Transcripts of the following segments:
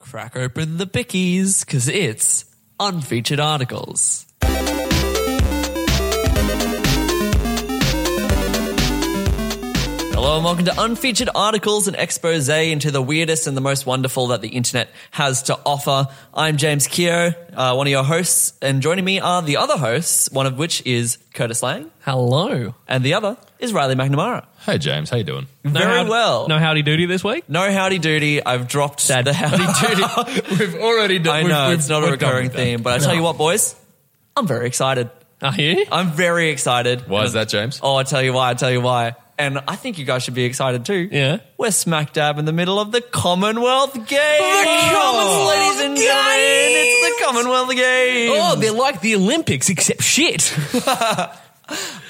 Crack open the bickies, because it's unfeatured articles. Hello and welcome to Unfeatured Articles, an expose into the weirdest and the most wonderful that the internet has to offer. I'm James Keogh, uh, one of your hosts, and joining me are the other hosts, one of which is Curtis Lang, Hello. and the other is Riley McNamara. Hey James, how you doing? Very well. No howdy doody this week? No howdy doody, I've dropped the howdy doody. We've already done. I we've- know we've- it's not a we've done recurring with that. theme, but I tell you what, boys, I'm very excited. Are you? I'm very excited. Why And is that, James? Oh, I tell you why. I tell you why. And I think you guys should be excited too. Yeah. We're smack dab in the middle of the Commonwealth Games. The Commonwealth ladies and gentlemen. It's the Commonwealth Games. Oh, they're like the Olympics, except shit.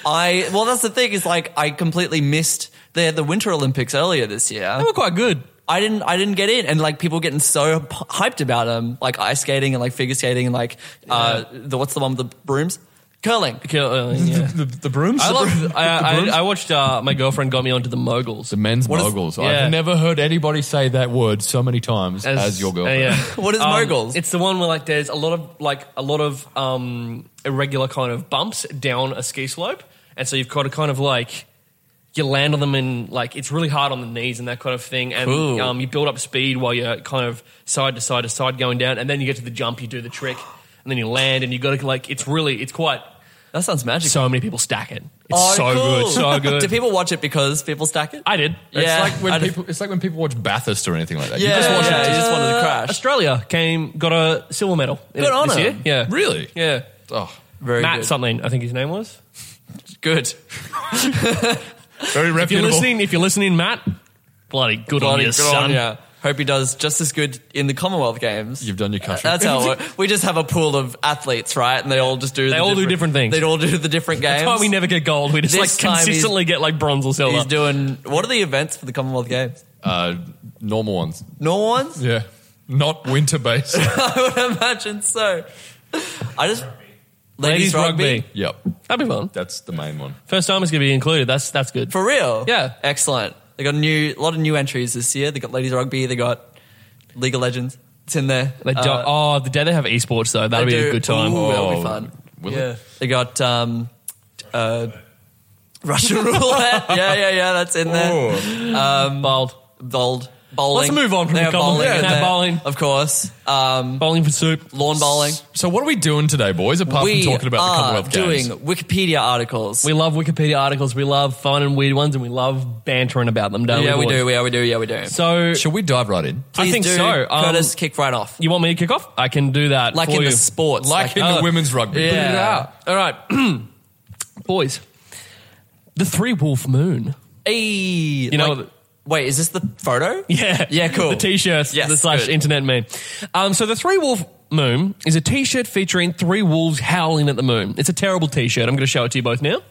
I well, that's the thing. Is like I completely missed the the Winter Olympics earlier this year. they were quite good. I didn't I didn't get in, and like people getting so p- hyped about them, like ice skating and like figure skating and like uh, the what's the one with the brooms, curling. yeah. The, the brooms. I, The loved- broom- I, the I, brooms? I watched uh, my girlfriend got me onto the moguls. the men's What is- moguls. yeah. I've never heard anybody say that word so many times as, your girlfriend. uh, yeah. What is Um, moguls? It's the one where like there's a lot of like a lot of um, irregular kind of bumps down a ski slope, and so you've got to kind of like you land on them and like it's really hard on the knees and that kind of thing, and Cool. um, you build up speed while you're kind of side to side to side going down, and then you get to the jump, you do the trick, and then you land, and you got to like it's really it's quite That sounds magical. so many people stack it. It's Oh, so cool. good, so good. Do people watch it because people stack it? I did. It's Yeah. like I when d- people. It's like when people watch Bathurst or anything like that. You yeah, just watch yeah, you just wanted to crash. Australia came got a silver medal. in Good it on this them. year. Yeah, it. Really? yeah. Oh, Very Matt good. something, I think his name was. good. very If you're reputable. listening, if you're listening, Matt, bloody good on Bloody you, good son. on ya. Hope he does just as good in the Commonwealth Games. Uh, You've done your country. That's how it works. we just have a pool of athletes, right? And they all just do. They all do different things. They all do the different games. That's why we never get gold. We just This like time he's- consistently get like bronze or silver. He's doing. What are the events for the Commonwealth Games? Uh, normal ones. Normal ones? Yeah, not winter based. I would imagine so. I just Ladies rugby. yep, That'd be fun. that's the main one. First time is gonna be included. That's that's good. for real. Yeah. excellent. They got a new a lot of new entries this year. They got ladies rugby. They got League of Legends. It's in there. They don't, Uh, oh, the day they have esports though, that'll they be do- a good time. Ooh, that'll be Oh, fun. will yeah, it? they got um, uh, Russian roulette. yeah, yeah, yeah. That's in there. Oh. Um, Bold. Bold. Bowling. Let's move on from They the have Commonwealth. bowling. Yeah, in they have there, bowling. of course. Um, Bowling for soup. lawn bowling. So what are we doing today, boys? Apart we from talking about the are Commonwealth doing Games, Wikipedia articles. We love Wikipedia articles. We love fun and weird ones, and we love bantering about them, don't yeah, we we? boys? do. Yeah, we do. Yeah, we do. So shall we dive right in? I Please think do. so. Um, Curtis, kick right off. you want me to kick off? I can do that. Like for in you. the sports. Like, in the uh, women's rugby. yeah. Put it out. All right, boys. The Three Wolf Moon. Hey, You know- wait, is this the photo? Yeah, yeah, cool. The T-shirts, Yes, the slash good. internet meme. Um, so the Three Wolf Moon is a T-shirt featuring three wolves howling at the moon. It's a terrible T-shirt. I'm going to show it to you both now.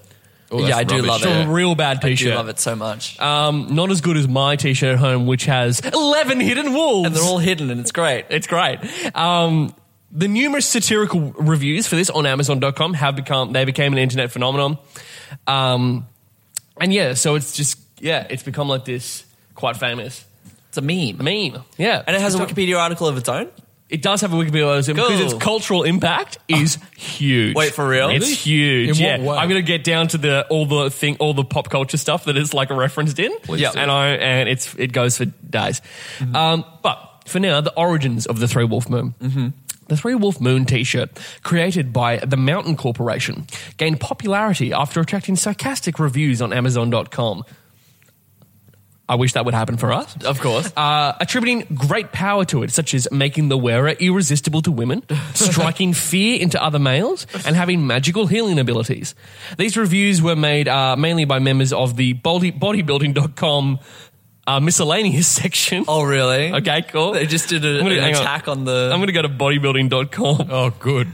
Oh, that's Yeah, I do rubbish. love It's it. a real bad T-shirt. I love it so much, Um, not as good as my T-shirt at home, which has eleven hidden wolves. and they're all hidden, and it's great. It's great. Um, the numerous satirical reviews for this on Amazon.com have become they became an internet phenomenon. Um, and yeah, so it's just yeah, it's become like this quite famous It's a meme, meme. Yeah, and it has a Wikipedia article of its own. It does have a Wikipedia article Cool. because Ah. its cultural impact is huge. Wait, for real? It's huge. In yeah, what way? I'm gonna get down to the all the thing, all the pop culture stuff that is like referenced in. do. and I and it's it goes for days. Mm-hmm. Um, but for now, the origins of the Three Wolf Moon. Mm-hmm. The Three Wolf Moon T-shirt, created by the Mountain Corporation, gained popularity after attracting sarcastic reviews on Amazon.com. I wish that would happen for us Of course, uh, attributing great power to it, such as making the wearer irresistible to women, striking fear into other males, and having magical healing abilities. These reviews were made uh, mainly by members of the body, bodybuilding.com uh, miscellaneous section. Oh, really? Okay, cool. They just uh, did a, I'm gonna- an hang on. attack on, the. I'm going to go to bodybuilding.com. Oh, good.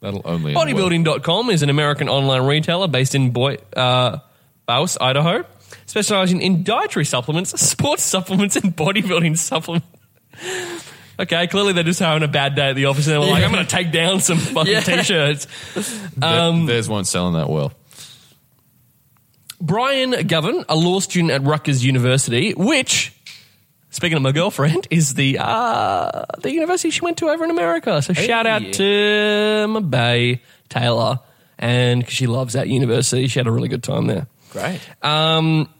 That'll only. end well. Bodybuilding.com is an American online retailer based in Boy, uh, Bouse, Idaho, specializing in dietary supplements, sports supplements, and bodybuilding supplements. Okay, clearly they're just having a bad day at the office and they were like, I'm going to take down some fucking Yeah. t shirts. Th- theirs weren't selling that well. Brian Govan, a law student at Rutgers University, which, speaking of my girlfriend, is the uh, the university she went to over in America. So shout out to my bae Taylor, and 'cause she loves that university, she had a really good time there. Um, Great.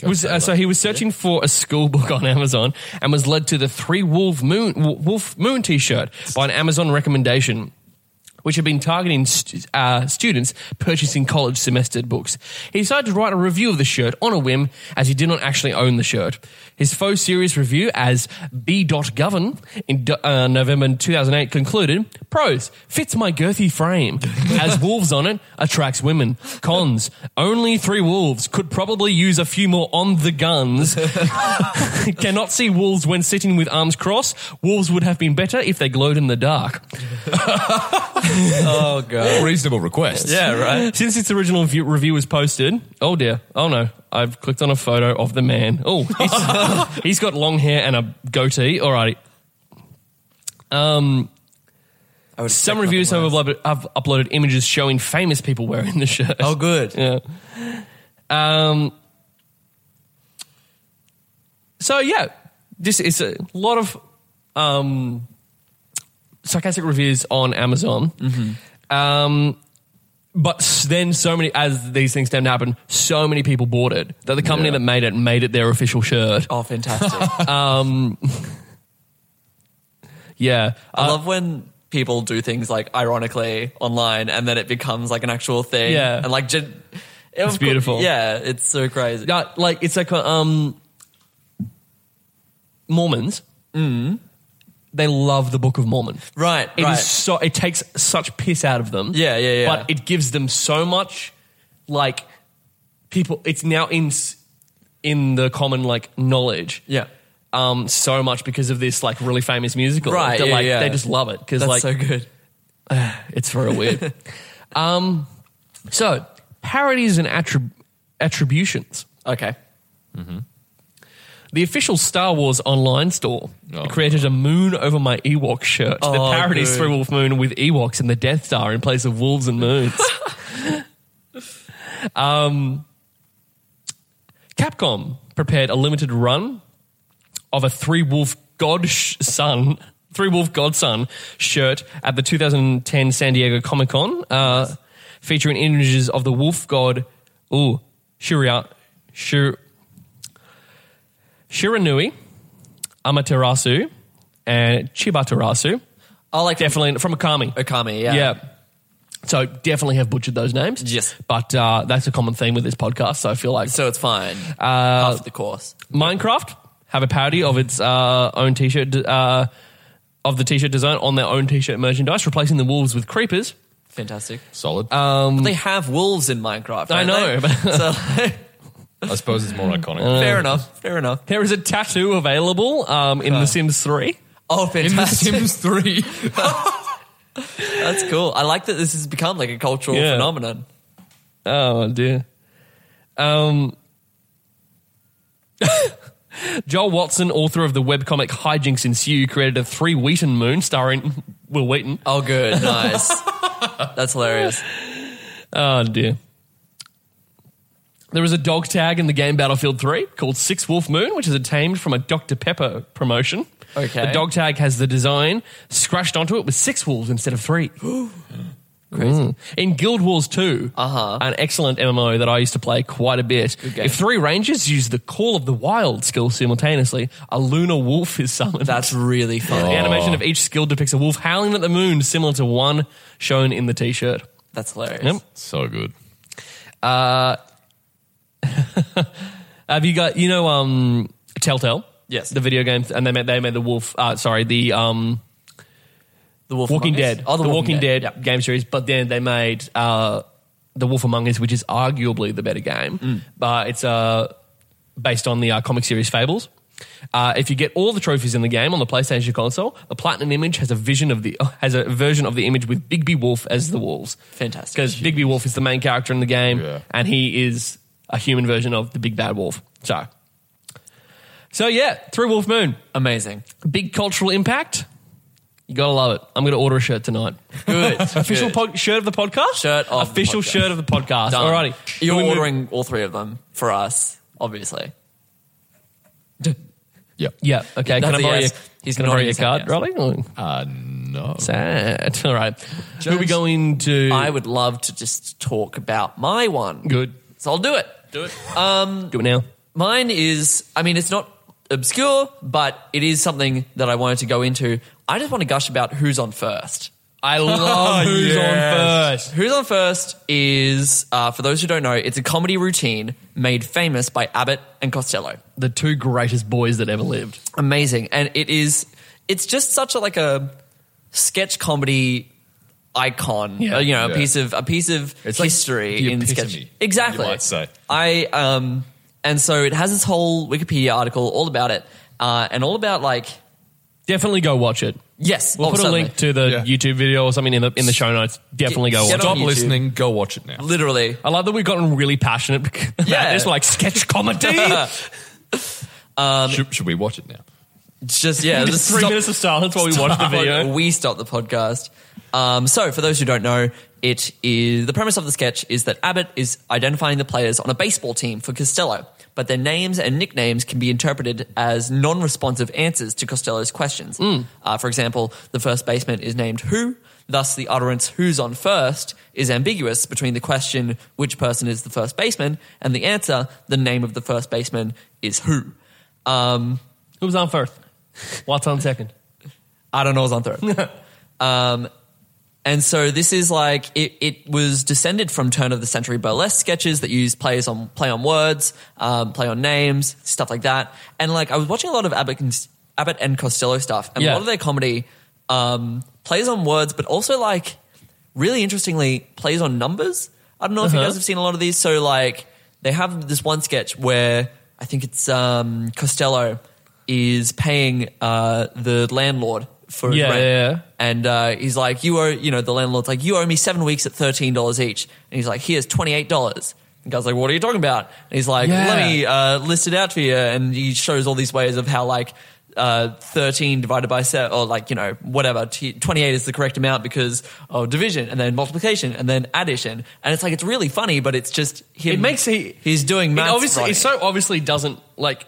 Go Was, uh, Taylor. so he was searching for a school book on Amazon and was led to the Three Wolf Moon Wo- Wolf Moon T-shirt by an Amazon recommendation, which had been targeting st- uh, students purchasing college semester books. He decided to write a review of the shirt on a whim, as he did not actually own the shirt. His faux serious review as B.Govern in do- uh, November 2008 concluded, Pros, fits my girthy frame. Has wolves on it, attracts women. Cons, only three wolves. Could probably use a few more on the guns. Cannot see wolves when sitting with arms crossed. Wolves would have been better if they glowed in the dark. oh, God. reasonable requests. Yeah, right. Since its original view- review was posted, oh dear, oh no, I've clicked on a photo of the man. Oh, he's, he's got long hair and a goatee. Alrighty. Um, I would some expect reviews have nothing less. uploaded, have uploaded images showing famous people wearing the shirt. Oh, good. Yeah. Um. So yeah, this is a lot of um, sarcastic reviews on Amazon. Um, but s- then so many, as these things tend to happen, so many people bought it that the company Yeah. that made it made it their official shirt. Oh, fantastic. Yeah. I Uh, love when people do things like ironically online and then it becomes like an actual thing. Yeah. And like, gen- it's beautiful. Yeah, it's so crazy. Yeah, Uh, like it's like um, Mormons. They love the Book of Mormon. Right, It is right. so. It takes such piss out of them. Yeah, yeah, yeah. But it gives them so much, like people. It's now in s- in the common like knowledge. Yeah. Um, so much because of this like really famous musical. Right, That, yeah, like, yeah. They just love it because That's like so good. it's very weird. um, so parodies and attrib- attributions. Okay. The official Star Wars online store Oh. created a moon over my Ewok shirt Oh, that parodies good. Three Wolf Moon with Ewoks and the Death Star in place of wolves and moons. um, Capcom prepared a limited run of a Three Wolf God sh- Son, Three Wolf Godson shirt at the 2010 San Diego Comic Con, uh, featuring images of the Wolf God, ooh, Shiria, Shir, Shiranui, Amaterasu, and Chibaterasu. I like Definitely from Akami. Okami, yeah. So definitely have butchered those names. Yes. But uh, that's a common theme with this podcast. So I feel like So it's fine. Uh, After the course. Minecraft have a parody of its uh, own t-shirt uh, of the t-shirt design on their own t-shirt merchandise, replacing the wolves with creepers. Fantastic. Solid. But they have wolves in Minecraft. I don't know, they? so, I suppose it's more iconic. fair enough. Fair enough. There is a tattoo available um, in The Sims Three. Oh, In The fantastic. Sims 3. That's cool. I like that this has become like a cultural Yeah. phenomenon. Oh dear. Um, Joel Watson, author of the webcomic Hijinks Ensue, created a Three Wheaton Moon starring Will Wheaton. Oh, good. Nice. That's hilarious. Oh dear. There is a dog tag in the game Battlefield 3 called Six Wolf Moon, which is obtained from a Dr. Pepper promotion. Okay. The dog tag has the design scratched onto it with six wolves instead of three. Mm. In Guild Wars 2, Uh-huh. an excellent MMO that I used to play quite a bit, game. if three rangers use the Call of the Wild skill simultaneously, a lunar wolf is summoned. That's Oh. really the fun. animation of each skill depicts a wolf howling at the moon, similar to one shown in the t shirt. That's hilarious. Yep. so good. Have you got you know um Telltale? Yes. the video game, and they made they made the Wolf. Uh, sorry, the um The Wolf Walking Among Us? Dead. Oh, the, Walking, Dead, game series, but then they made uh The Wolf Among Us, which is arguably the better game. Mm. Uh, it's uh, based on the uh, comic series Fables. Uh, if you get all the trophies in the game on the PlayStation console, the platinum image has a vision of the has a version of the image with Bigby Wolf as the wolves. Fantastic. because Bigby Wolf is the main character in the game, Yeah. and he is a human version of the big bad wolf. So, so yeah, through Wolf Moon, Amazing. big cultural impact. You gotta love it. I'm gonna order a shirt tonight. Good. Official Good. pod- shirt of the podcast. Shirt of the official podcast. shirt of the podcast. Done. Alrighty, You're Can we move- ordering all three of them for us, obviously. Yep. Yeah. Okay. Can That's I a borrow yes. your? He's can I borrow nodding your his head card, yes. Rolly? Oh, Uh, no. Sad. All right. Who are we James, going to? I would love to just talk about my one. Good. So I'll do it. Do it. Um, Do it now. mine is, I mean, it's not obscure, but it is something that I wanted to go into. I just want to gush about who's on first. I love Oh, who's on Yes. first. Who's on First is, uh, for those who don't know, it's a comedy routine made famous by Abbott and Costello. The two greatest boys that ever lived. Amazing, and it is. It's just such a like a sketch comedy icon. Yeah. Uh, you know, a Yeah. piece of a piece of It's like history the in epitome, sketch. Exactly, you might say. I um, and so it has this whole Wikipedia article all about it, uh, and all about like Definitely go watch it. yes, We'll oh, put certainly. a link to the Yeah. YouTube video or something in the in the show notes. Definitely Get go watch. on Stop YouTube. listening. Go watch it now. literally. it. I love that we've gotten really passionate bec- about Yeah. this, like sketch comedy. should, should we watch it now? It's just yeah, Just just three stop- minutes of silence while we watch the Stop. video. We stop the podcast. Um, so, for those who don't know, it is the premise of the sketch is that Abbott is identifying the players on a baseball team for Costello, but their names and nicknames can be interpreted as non-responsive answers to Costello's questions. Hmm. Uh, for example, the first baseman is named Who. Thus, the utterance "Who's on first is ambiguous between the question "Which person is the first baseman?" and the answer "The name of the first baseman is who." Um, Who was on first? What's on second? I don't know what's on third. um, and so this is like it, it was descended from turn of the century burlesque sketches that use plays on play on words, um, play on names, stuff like that. And like I was watching a lot of Abbott and, Abbott and Costello stuff, and a Yeah. lot of their comedy um, plays on words, but also like really interestingly plays on numbers. I don't know if you Uh-huh. guys have seen a lot of these. So like they have this one sketch where I think it's um, Costello is paying uh, the landlord for his Yeah, rent. yeah, yeah. And uh, he's like, you owe, you know, the landlord's like, you owe me seven weeks at thirteen dollars each, and he's like, here's twenty eight dollars. The guy's like, what are you talking about? And he's like, Yeah. let me uh, list it out for you. And he shows all these ways of how like uh, thirteen divided by seven, or like you know whatever, t- twenty eight is the correct amount because of division, and then multiplication, and then addition. And it's like it's really funny, but it's just him. It makes he he's doing It math. obviously, writing. it so obviously doesn't like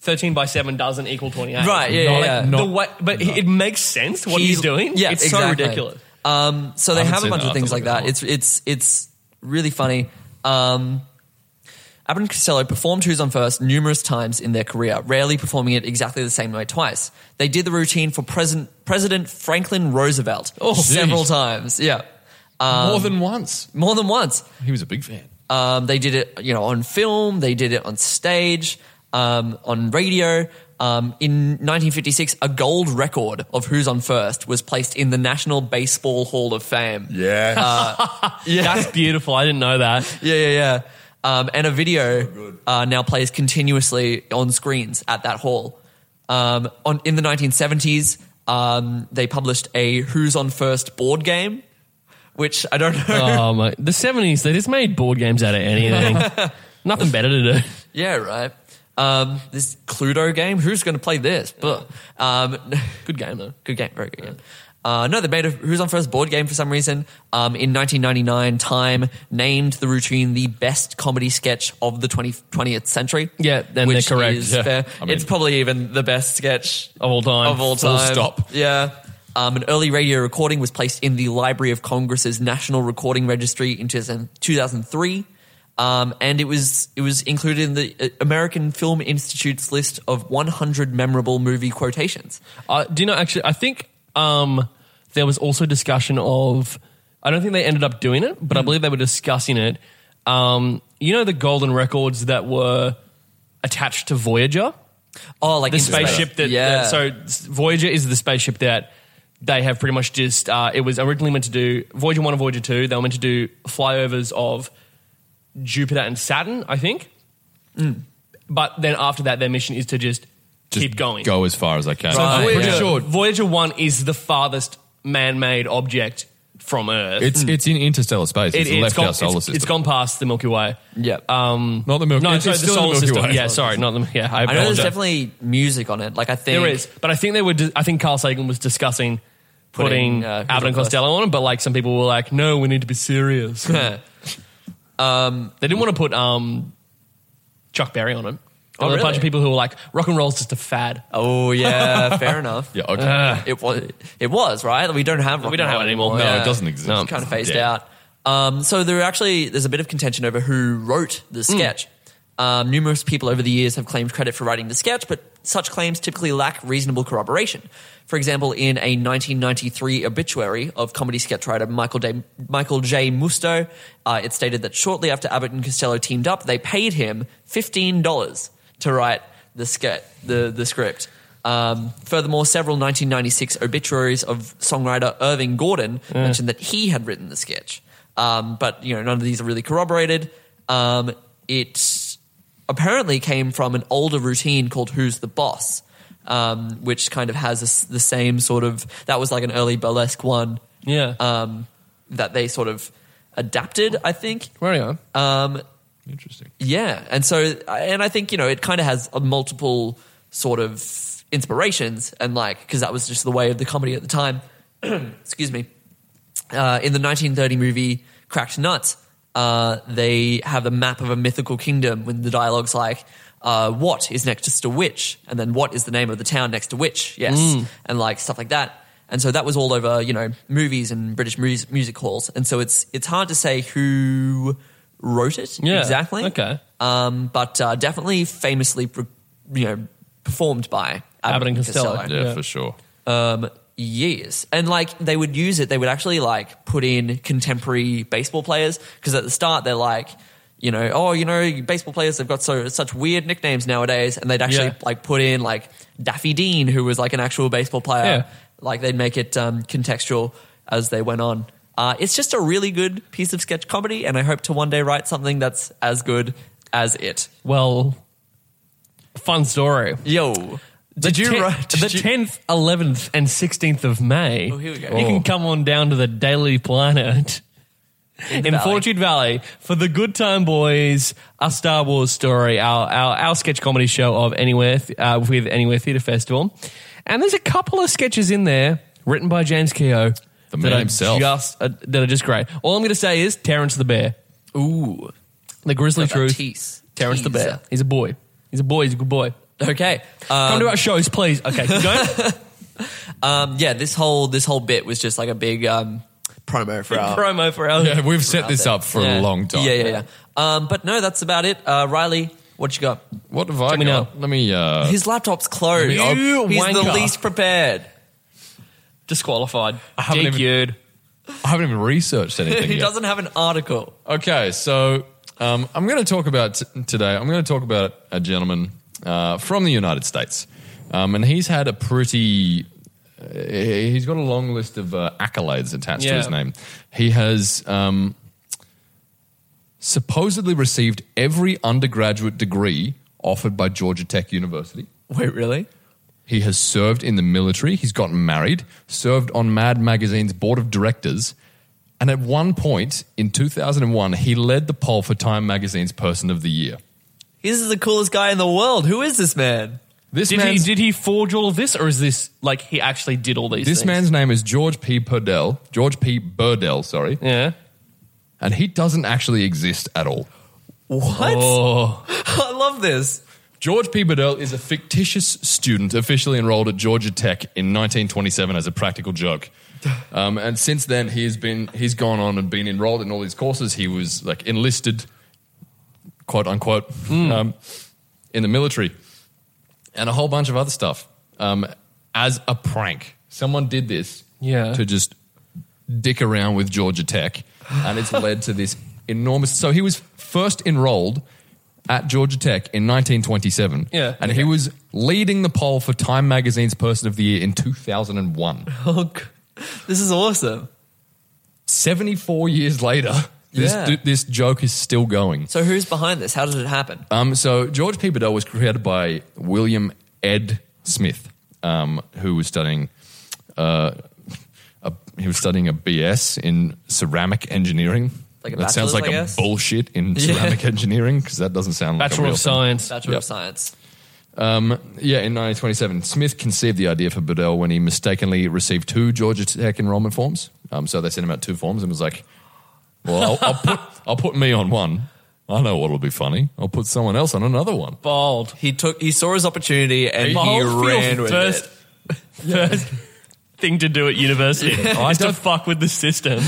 thirteen by seven doesn't equal twenty eight. Right, yeah, yeah, Like, yeah. The Not- way, but he- it makes sense what he's, doing. Yeah, it's so exactly. ridiculous. Um, so they haven't have a seen bunch that. of things I'll like have to that. look It's it's it's really funny. Um, Abbott and Costello performed Who's on First numerous times in their career, rarely performing it exactly the same way twice. They did the routine for President President Franklin Roosevelt Oh, several geez. times. Yeah, Um, More than once. more than once. He was a big fan. Um, they did it, you know, on film. They did it on stage, um, on radio. Um, in 1956, a gold record of Who's on First was placed in the National Baseball Hall of Fame. Yeah. Uh, That's beautiful. I didn't know that. Yeah, yeah, yeah. Um, and a video uh, now plays continuously on screens at that hall. Um, on in the 1970s, um, they published a Who's on First board game, which I don't know. Oh my! The seventies. They just made board games out of anything. Nothing better to do. yeah, right. Um, this Cluedo game. Who's going to play this? But um, Good game though. good game, very good game. Uh, no, they made a Who's on First board game for some reason. Um, in 1999, Time named the routine the best comedy sketch of the 20, 20th century. Yeah, then which they're correct. is Yeah. fair. I mean- it's probably even the best sketch Of all time. Of all Full time. stop. Yeah. Um, an early radio recording was placed in the Library of Congress's National Recording Registry in 2000 2003. Um, and it was it was included in the uh, American Film Institute's list of 100 memorable movie quotations. Uh, do you know? Actually, I think um, there was also discussion of. I don't think they ended up doing it, but I believe they were discussing it. Um, you know the golden records that were attached to Voyager. Oh, like the Into Space. spaceship that, yeah. that- so Voyager is the spaceship that they have pretty much just uh, it was originally meant to do Voyager One and Voyager Two. They were meant to do flyovers of Jupiter and Saturn, I think. But then after that, their mission is to just, Just keep going. Go as far as I can. So Right. I'm pretty Voyager, sure Voyager One is the farthest man-made object from Earth. it's it's in interstellar space. Hmm. It- It's, left gone, our solar it's- system. it's gone past the Milky Way. Yeah. Um, Not the Milky- No, it's- sorry, it's the still the solar Milky system. Way. Yeah, sorry, not the. Yeah, I, I know there's apologize. definitely music on it. Like I think There is, but I think they were. I think Carl Sagan was discussing putting, Putting, uh, Abbott and Crystal Costello on it, but like some people were like, "No, we need to be serious." they um, didn't want to put um, Chuck Berry on it. There Oh, were a bunch really? of people who were like, "Rock and roll's just a fad." Oh yeah, fair enough. yeah, okay. Uh, It was. It was right. We don't have. rock We don't and have roll it anymore. no, Yeah. it doesn't exist. It's kind of phased Yeah. out. Um, so there are actually there's a bit of contention over who wrote the sketch. Um, numerous people over the years have claimed credit for writing the sketch, but such claims typically lack reasonable corroboration. For example, in a 1993 obituary of comedy sketch writer Michael, Day, Michael J. Musto, uh, it stated that shortly after Abbott and Costello teamed up, they paid him $15 to write the, ske- the, the script. Um, furthermore, several 1996 obituaries of songwriter Irving Gordon mentioned that he had written the sketch, um, but you know none of these are really corroborated. Um, it apparently came from an older routine called "Who's the Boss," um, which kind of has this, the same sort of that was like an early burlesque one Yeah, um, that they sort of adapted, I think. where are you? Um, Interesting. yeah, and so and I think you know it kind of has a multiple sort of inspirations and like because that was just the way of the comedy at the time. Excuse me. Uh, in the 1930 movie Cracked Nuts, uh, they have a map of a mythical kingdom when the dialogue's like, uh, "What is next to which?" and then "What is the name of the town next to which?" Yes, Mm. and like stuff like that. And so that was all over, you know, movies and British mus- music halls. And so it's it's hard to say who wrote it Yeah, exactly. okay. Um, but uh, definitely famously, pre- you know, performed by Abbott and Costello. Yeah, Yeah. for sure. Um, years and like they would use it. They would actually like put in contemporary baseball players because at the start they're like. You know, oh, you know, baseball players have got so such weird nicknames nowadays, and they'd actually Yeah. like put in like Daffy Dean, who was like an actual baseball player. Yeah. Like they'd make it um, contextual as they went on. Uh, it's just a really good piece of sketch comedy, and I hope to one day write something that's as good as it. Well, fun story. Yo, did The you ten- write the did you- tenth, eleventh, and sixteenth of May? Oh, here we go. You Oh. can come on down to the Daily Planet in, the Valley. Fortune Valley for the Good Time Boys, a Star Wars story, our our, our sketch comedy show of Anywhere Th- uh, with Anywhere Theatre Festival, and there's a couple of sketches in there written by James Keogh. The man that himself. Are just, uh, that are just great. All I'm going to say is Terrence the Bear. Ooh. The Grizzly Got that Truth. tease- Terrence the teaser. Bear. He's a boy. He's a boy. He's a good boy. Okay. Um, Come to our shows, please. Okay, keep going. um, yeah, this whole this whole bit was just like a big um, promo for our promo for our Yeah, we've set this there. up for Yeah. a long time. Yeah, yeah, yeah. Um, but no, that's about it. Uh, Riley, what you got? What have I me got? Let me. Uh, His laptop's closed. I mean, You He's the wanker. least prepared. disqualified. I haven't even- I haven't even researched anything. He yet. doesn't have an article. Okay, so um, I'm going to talk about t- today. I'm going to talk about a gentleman uh, from the United States, um, and he's had a pretty. Uh, he's got a long list of uh, accolades attached to Yeah. his name. He has um, supposedly received every undergraduate degree offered by Georgia Tech University. Wait, really? He has served in the military. He's gotten married, served on Mad Magazine's board of directors. And at one point in 2001, he led the poll for Time Magazine's Person of the Year. He's the coolest guy in the world. Who is this man? This, Did he man's, did he forge all of this, or is this like he actually did all these? this things? man's name is George P. Burdell. George P. Burdell, sorry. yeah. And he doesn't actually exist at all. What? Oh, I love this. George P. Burdell is a fictitious student officially enrolled at Georgia Tech in 1927 as a practical joke. Um, and since then, he's been he's gone on and been enrolled in all these courses. He was like enlisted, quote unquote, um, in the military, and a whole bunch of other stuff um, as a prank. Someone did this, Yeah. to just dick around with Georgia Tech, and it's led to this enormous. So he was first enrolled at Georgia Tech in 1927. Yeah. And he was leading the poll for Time Magazine's Person of the Year in 2001. Oh, g- this is awesome. 74 years later, this, Yeah. d- this joke is still going. So who's behind this? How did it happen? Um, so George Peeperdill was created by William Ed Smith, um, who was studying uh, a, he was studying a BS in ceramic engineering. Like a that sounds bachelor's, like I a guess? bullshit in Yeah. ceramic engineering because that doesn't sound like a Bachelor real of thing. Science. Bachelor Yep. of Science. Um, yeah, in 1927, Smith conceived the idea for Bedell when he mistakenly received two Georgia Tech enrollment forms. Um, so they sent him out two forms and was like, "Well, I'll, I'll put I'll put me on one. I know what'll be funny. I'll put someone else on another one." Bald. He took. He saw his opportunity and he, Bald ran with first, it. first thing to do at university is to fuck with the system.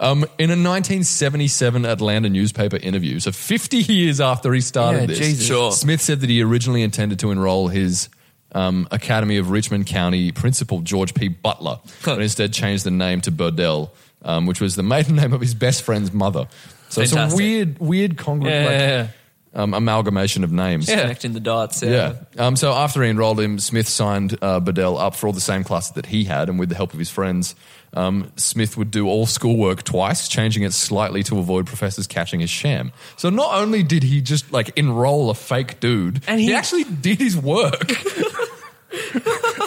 Um, in a 1977 Atlanta newspaper interview, so 50 years after he started Yeah, this, Jesus. Sure. Smith said that he originally intended to enroll his um, Academy of Richmond County principal, George P. Butler, Huh. but instead changed the name to Burdell, um, which was the maiden name of his best friend's mother. So it's a Fantastic. weird, weird congr- Yeah, like, yeah, Um, amalgamation of names. Just Connecting the dots. Yeah. Yeah. Um, so after he enrolled him, Smith signed uh, Bedell up for all the same classes that he had, and with the help of his friends, um, Smith would do all schoolwork twice, changing it slightly to avoid professors catching his sham. So not only did he just like enroll a fake dude, And he, he- actually did his work.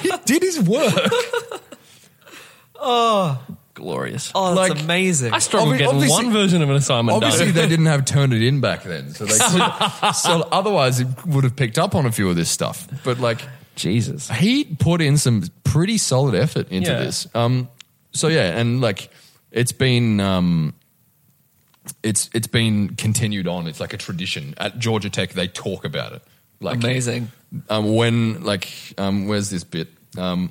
he did his work. Glorious. Oh, that's Like, amazing. I struggled Obvi- getting obviously- one version of an assignment Obviously, done. they didn't have Turn It In back then, so they could, so otherwise it would have picked up on a few of this stuff. But like. Jesus. he put in some pretty solid effort into Yeah. this. Um, so yeah, and like it's been um, it's it's been continued on. It's like a tradition at Georgia Tech. They talk about it. Like amazing. um, when like um, where's this bit? Um,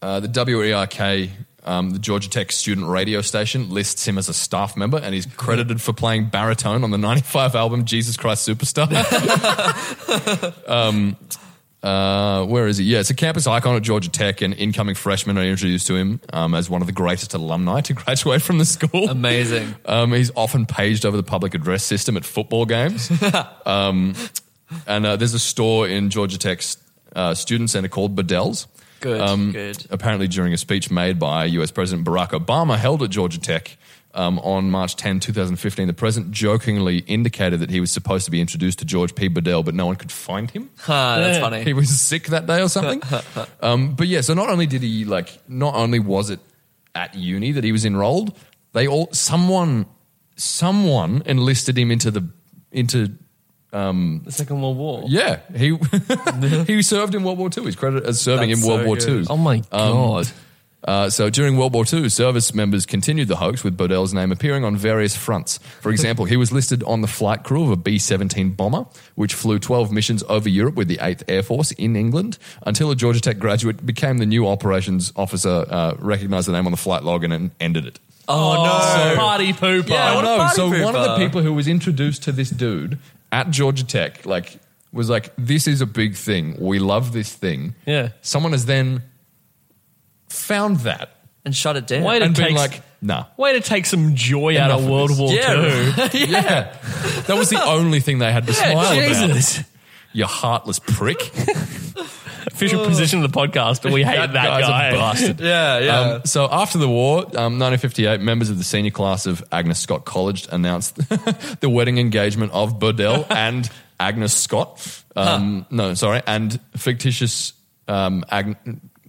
uh, the WERK, um, the Georgia Tech student radio station, lists him as a staff member, and he's credited for playing baritone on the '95 album Jesus Christ Superstar. um, uh, where is he? Yeah, it's a campus icon at Georgia Tech, and incoming freshmen are introduced to him um, as one of the greatest alumni to graduate from the school. Amazing. Um, he's often paged over the public address system at football games. um, and uh, there's a store in Georgia Tech's uh, student center called Bedell's. Good, good. Apparently, during a speech made by US President Barack Obama held at Georgia Tech um, on March 10, 2015, the president jokingly indicated that he was supposed to be introduced to George P. Bedell, but no one could find him Ah, that's Yeah. funny. he was sick that day or something. um, but yeah, so not only did he like, not only was it at uni that he was enrolled, they all someone someone enlisted him into the into The Second World War. yeah he he served in World War Two. He's credited as serving That's in World so War good. Two. Um, Oh my God. Uh, so during World War II, service members continued the hoax with Bodell's name appearing on various fronts. For example, he was listed on the flight crew of a B 17 bomber, which flew 12 missions over Europe with the 8th Air Force in England until a Georgia Tech graduate became the new operations officer, uh, recognized the name on the flight log, and, and ended it. oh, no. Party pooper. Yeah, I what a know. party So one of the pooper. people who was introduced to this dude at Georgia Tech, like, was like, "This is a big thing. We love this thing." Yeah. Someone has then found that and shut it down. Way to and been take- like, "Nah." Way to take some joy out Enough of of World this. War Yeah, Two. yeah. That was the only thing they had to smile about. Jesus. You heartless prick. Official position of the podcast, but we hate that, guy's guy. a bastard. yeah, yeah. Um, so after the war, um, 1958, members of the senior class of Agnes Scott College announced the wedding engagement of Burdell and Agnes Scott. Um, No, sorry, and fictitious um, Ag-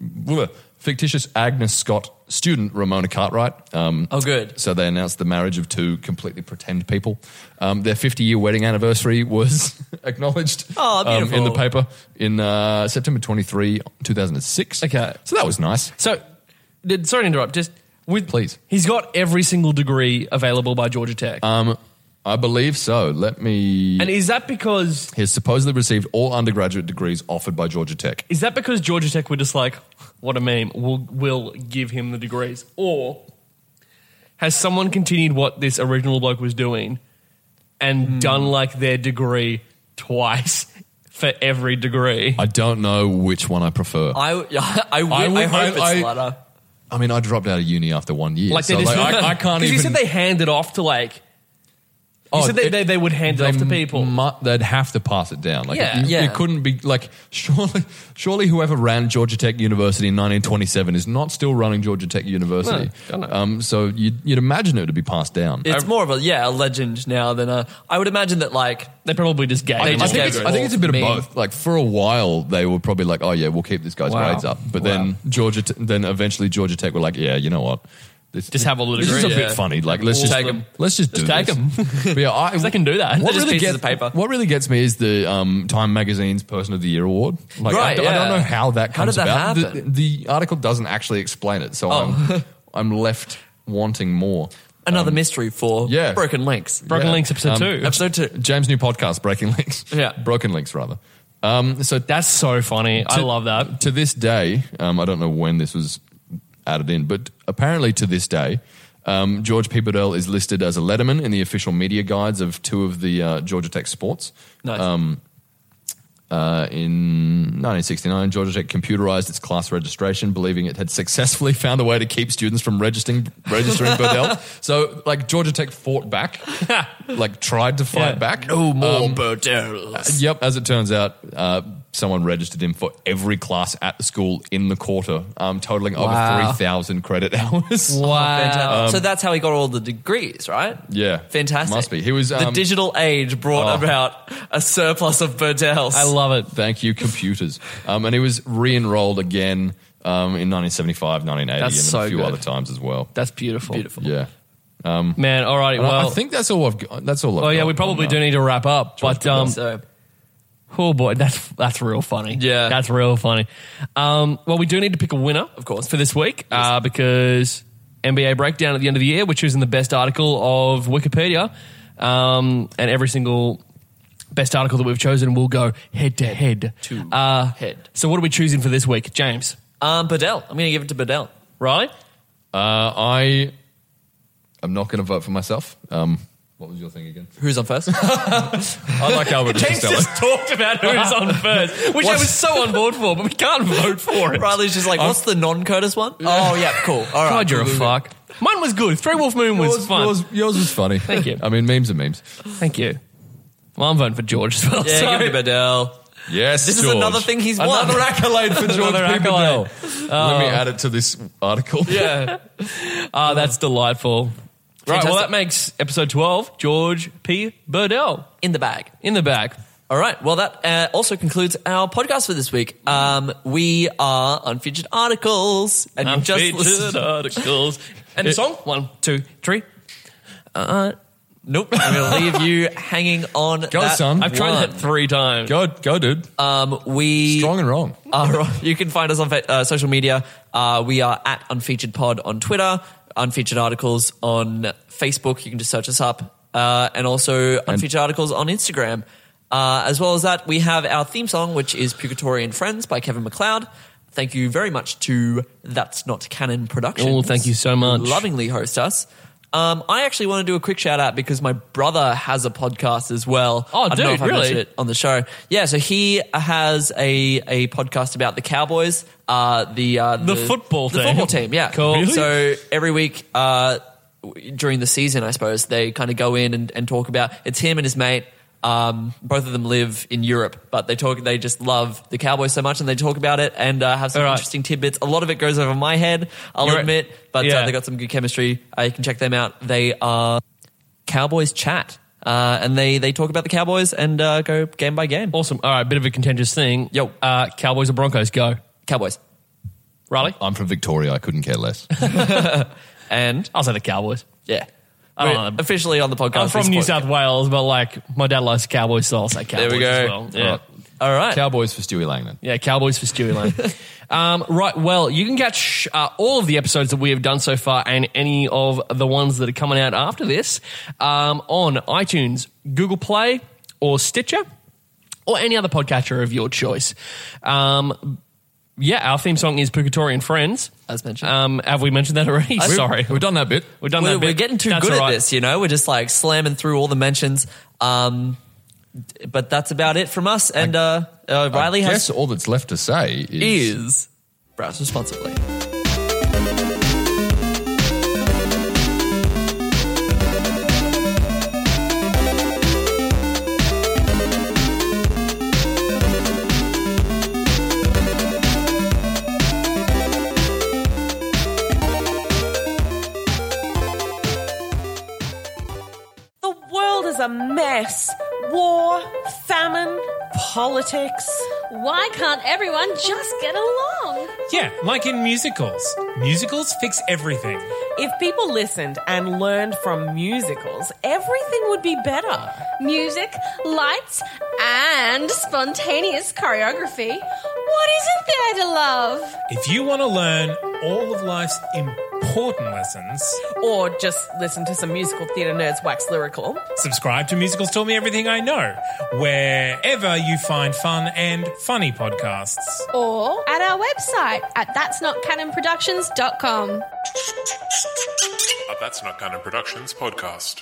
bleh, fictitious Agnes Scott student Ramona Cartwright. Um, oh, good. so they announced the marriage of two completely pretend people. Um, their 50 year wedding anniversary was acknowledged um, Oh, beautiful. in the paper in uh, September 23, 2006. Okay. So that was nice. So, did, sorry to interrupt. Just with Please. he's got every single degree available by Georgia Tech, Um, I believe so. Let me. and is that because he has supposedly received all undergraduate degrees offered by Georgia Tech. Is that because Georgia Tech were just like, what a meme, we'll, we'll give him the degrees? Or has someone continued what this original bloke was doing and Hmm. done like their degree twice for every degree? I don't know which one I prefer. I, I, I, I, I would- hope I- it's I- latter. mean, I dropped out of uni after one year. Like, so they're just, like, I, I can't 'Cause even. you said they hand it off to like you said they, it- they, they would hand it off to people. Oh, mu- they'd have to pass it down. Like Yeah. it, Yeah. it couldn't be like surely surely whoever ran Georgia Tech University in 1927 is not still running Georgia Tech University. No, don't know. um, so you'd, you'd imagine it to be passed down. It's more of a yeah a legend now than a. I would imagine that like they probably just gave. They it I just off. think, gave it's, it I think all it's a bit of to me. both. Like for a while, they were probably like, "Oh yeah, we'll keep this guy's Wow. grades up," but then Wow. Georgia, Te- then eventually Georgia Tech were like, "Yeah, you know what? This, Just have a little This is a degree, bit yeah. funny. Like let's We'll just take 'em. let's just do Just take this. 'em. But yeah, I, 'Cause they can do that. They're What just really pieces gets of paper. What really gets me is the um, Time Magazine's Person of the Year award. Like, Right, I, don't- I yeah. don't know how that How comes did that about. The- happen? The, article doesn't actually explain it, so Oh. I'm I'm left wanting more. another mystery for yeah. broken links. Broken Yeah. Links episode Um, two. Episode two. James' new podcast, Breaking Links. Yeah. Broken Links, rather. Um, so That's so funny. I To- love that. to this day, um, I don't know when this was added in, but apparently to this day, um, George Peeperdill is listed as a letterman in the official media guides of two of the uh, Georgia Tech sports. Nice. Uh, in 1969, Georgia Tech computerized its class registration, believing it had successfully found a way to keep students from registering registering Burdell. So, like Georgia Tech fought back, like tried to fight Yeah. back. no more Um, Bordells. Yep. As it turns out, uh, someone registered him for every class at the school in the quarter, um, totaling Wow. over 3,000 credit hours. Fantastic. so that's how he got all the degrees, right? Yeah. Fantastic. Must be. He was. the Um, digital age brought Oh. about a surplus of Bordells. I love it. Thank you, computers. Um, and he was re enrolled again um, in 1975, 1980, That's and so a few good. other times as well. That's beautiful. Beautiful. Yeah. Man, all right. And I- Well, I think that's all I've got. That's all I've Oh yeah, got we on probably that. do need to wrap up. but um, so. oh boy, that's that's real funny. Yeah. that's real funny. Um, well, we do need to pick a winner, of course. for this week uh, because NBA breakdown at the end of the year, we're choosing the best article of Wikipedia, um, and every single best article that we've chosen will go head to head. To uh, head. So what are we choosing for this week, James? Um, Bedell. I'm going to give it to Bedell. Riley? Uh, I am not going to vote for myself. Um, what was your thing again? Who's on first? I like Albert James Costello. just talked about who's on first, which I was so on board for, but we can't vote for it. Riley's just like, Um, what's the non-Curtis one? Oh, yeah, cool. All right. God, you're a fuck. Mine was good. Three Wolf Moon was Yours- fun. Yours, yours was funny. Thank you. I mean, memes are memes. Thank you. Well, I'm voting for George as well. Yeah, so- give it to Bedell. Yes, This is George. another thing he's won. Another accolade for George Another accolade. Peeperdill. Let me add it to this article. yeah. Ah, that's delightful. Right, well, Fantastic. that makes episode 12, George P. Burdell In the bag. in the back. All right. Well, that uh, also concludes our podcast for this week. Um, we are on featured articles, and you just Unfeatured listened. articles. And the It- song? One, two, three. Nope. I'm going to leave you hanging on. Go, that son. I've tried one. that three times. Go, go, dude. Um, we Strong and wrong. are on- Uh, you can find us on fa- uh, social media. Uh, we are at Unfeatured Pod on Twitter, Unfeatured Articles on Facebook. You can just search us up, uh, and also Unfeatured Articles on Instagram. Uh, as well as that, we have our theme song, which is Purgatory and Friends by Kevin McLeod. Thank you very much to That's Not Canon Productions. Oh, thank you so much. Lovingly host us. Um, I actually want to do a quick shout out because my brother has a podcast as well. Oh, I don't know dude, if I really? mentioned it on the show. Yeah, so he has a a podcast about the Cowboys, uh, the, uh, The football the team. football team. Yeah, Cool. Really? So every week. Uh, w- during the season, I suppose they kind of go in and, and talk about it's him and his mate. Um, both of them live in Europe, but they talk. They just love the Cowboys so much, and they talk about it and uh, have some All right. interesting tidbits. A lot of it goes over my head. I'll You're right. admit, but Yeah. uh, they got some good chemistry. Uh, you can check them out. They are Cowboys chat, uh, and they they talk about the Cowboys and uh, go game by game. Awesome. All right, bit of a contentious thing. Yo. Uh, Cowboys or Broncos, go. Cowboys Riley? I'm from Victoria. I couldn't care less. and I'll say the Cowboys. yeah, I We're don't know. officially on the podcast. I'm from this New point. South Wales, but like my dad likes Cowboys, so I'll say Cowboys we as go. well. Yeah. All right. All right, Cowboys for Stewie Langman. Yeah, Cowboys for Stewie Lane. um, right, well, you can catch uh, all of the episodes that we have done so far and any of the ones that are coming out after this um, on iTunes, Google Play, or Stitcher, or any other podcatcher of your choice. Um, yeah, our theme song is Purgatory and Friends. as mentioned. Um, have we mentioned that already? Sorry. We've done that bit. We've done we're, that bit. we're getting too That's good all right. at this, you know. We're just like slamming through all the mentions. Um, but that's about it from us. And uh, uh, Riley I has guess all that's left to say is. is browse responsibly. politics. Why can't everyone just get along? Yeah, like in musicals. Musicals fix everything. If people listened and learned from musicals, everything would be better. Music, lights, and spontaneous choreography. What isn't there to love? If you want to learn all of life's important lessons, Or just listen to some musical theatre nerds wax lyrical. subscribe to Musicals Taught Me Everything I Know, wherever you find fun and funny podcasts. Or at our website at that's not canonproductions.com. A That's Not Canon Productions podcast.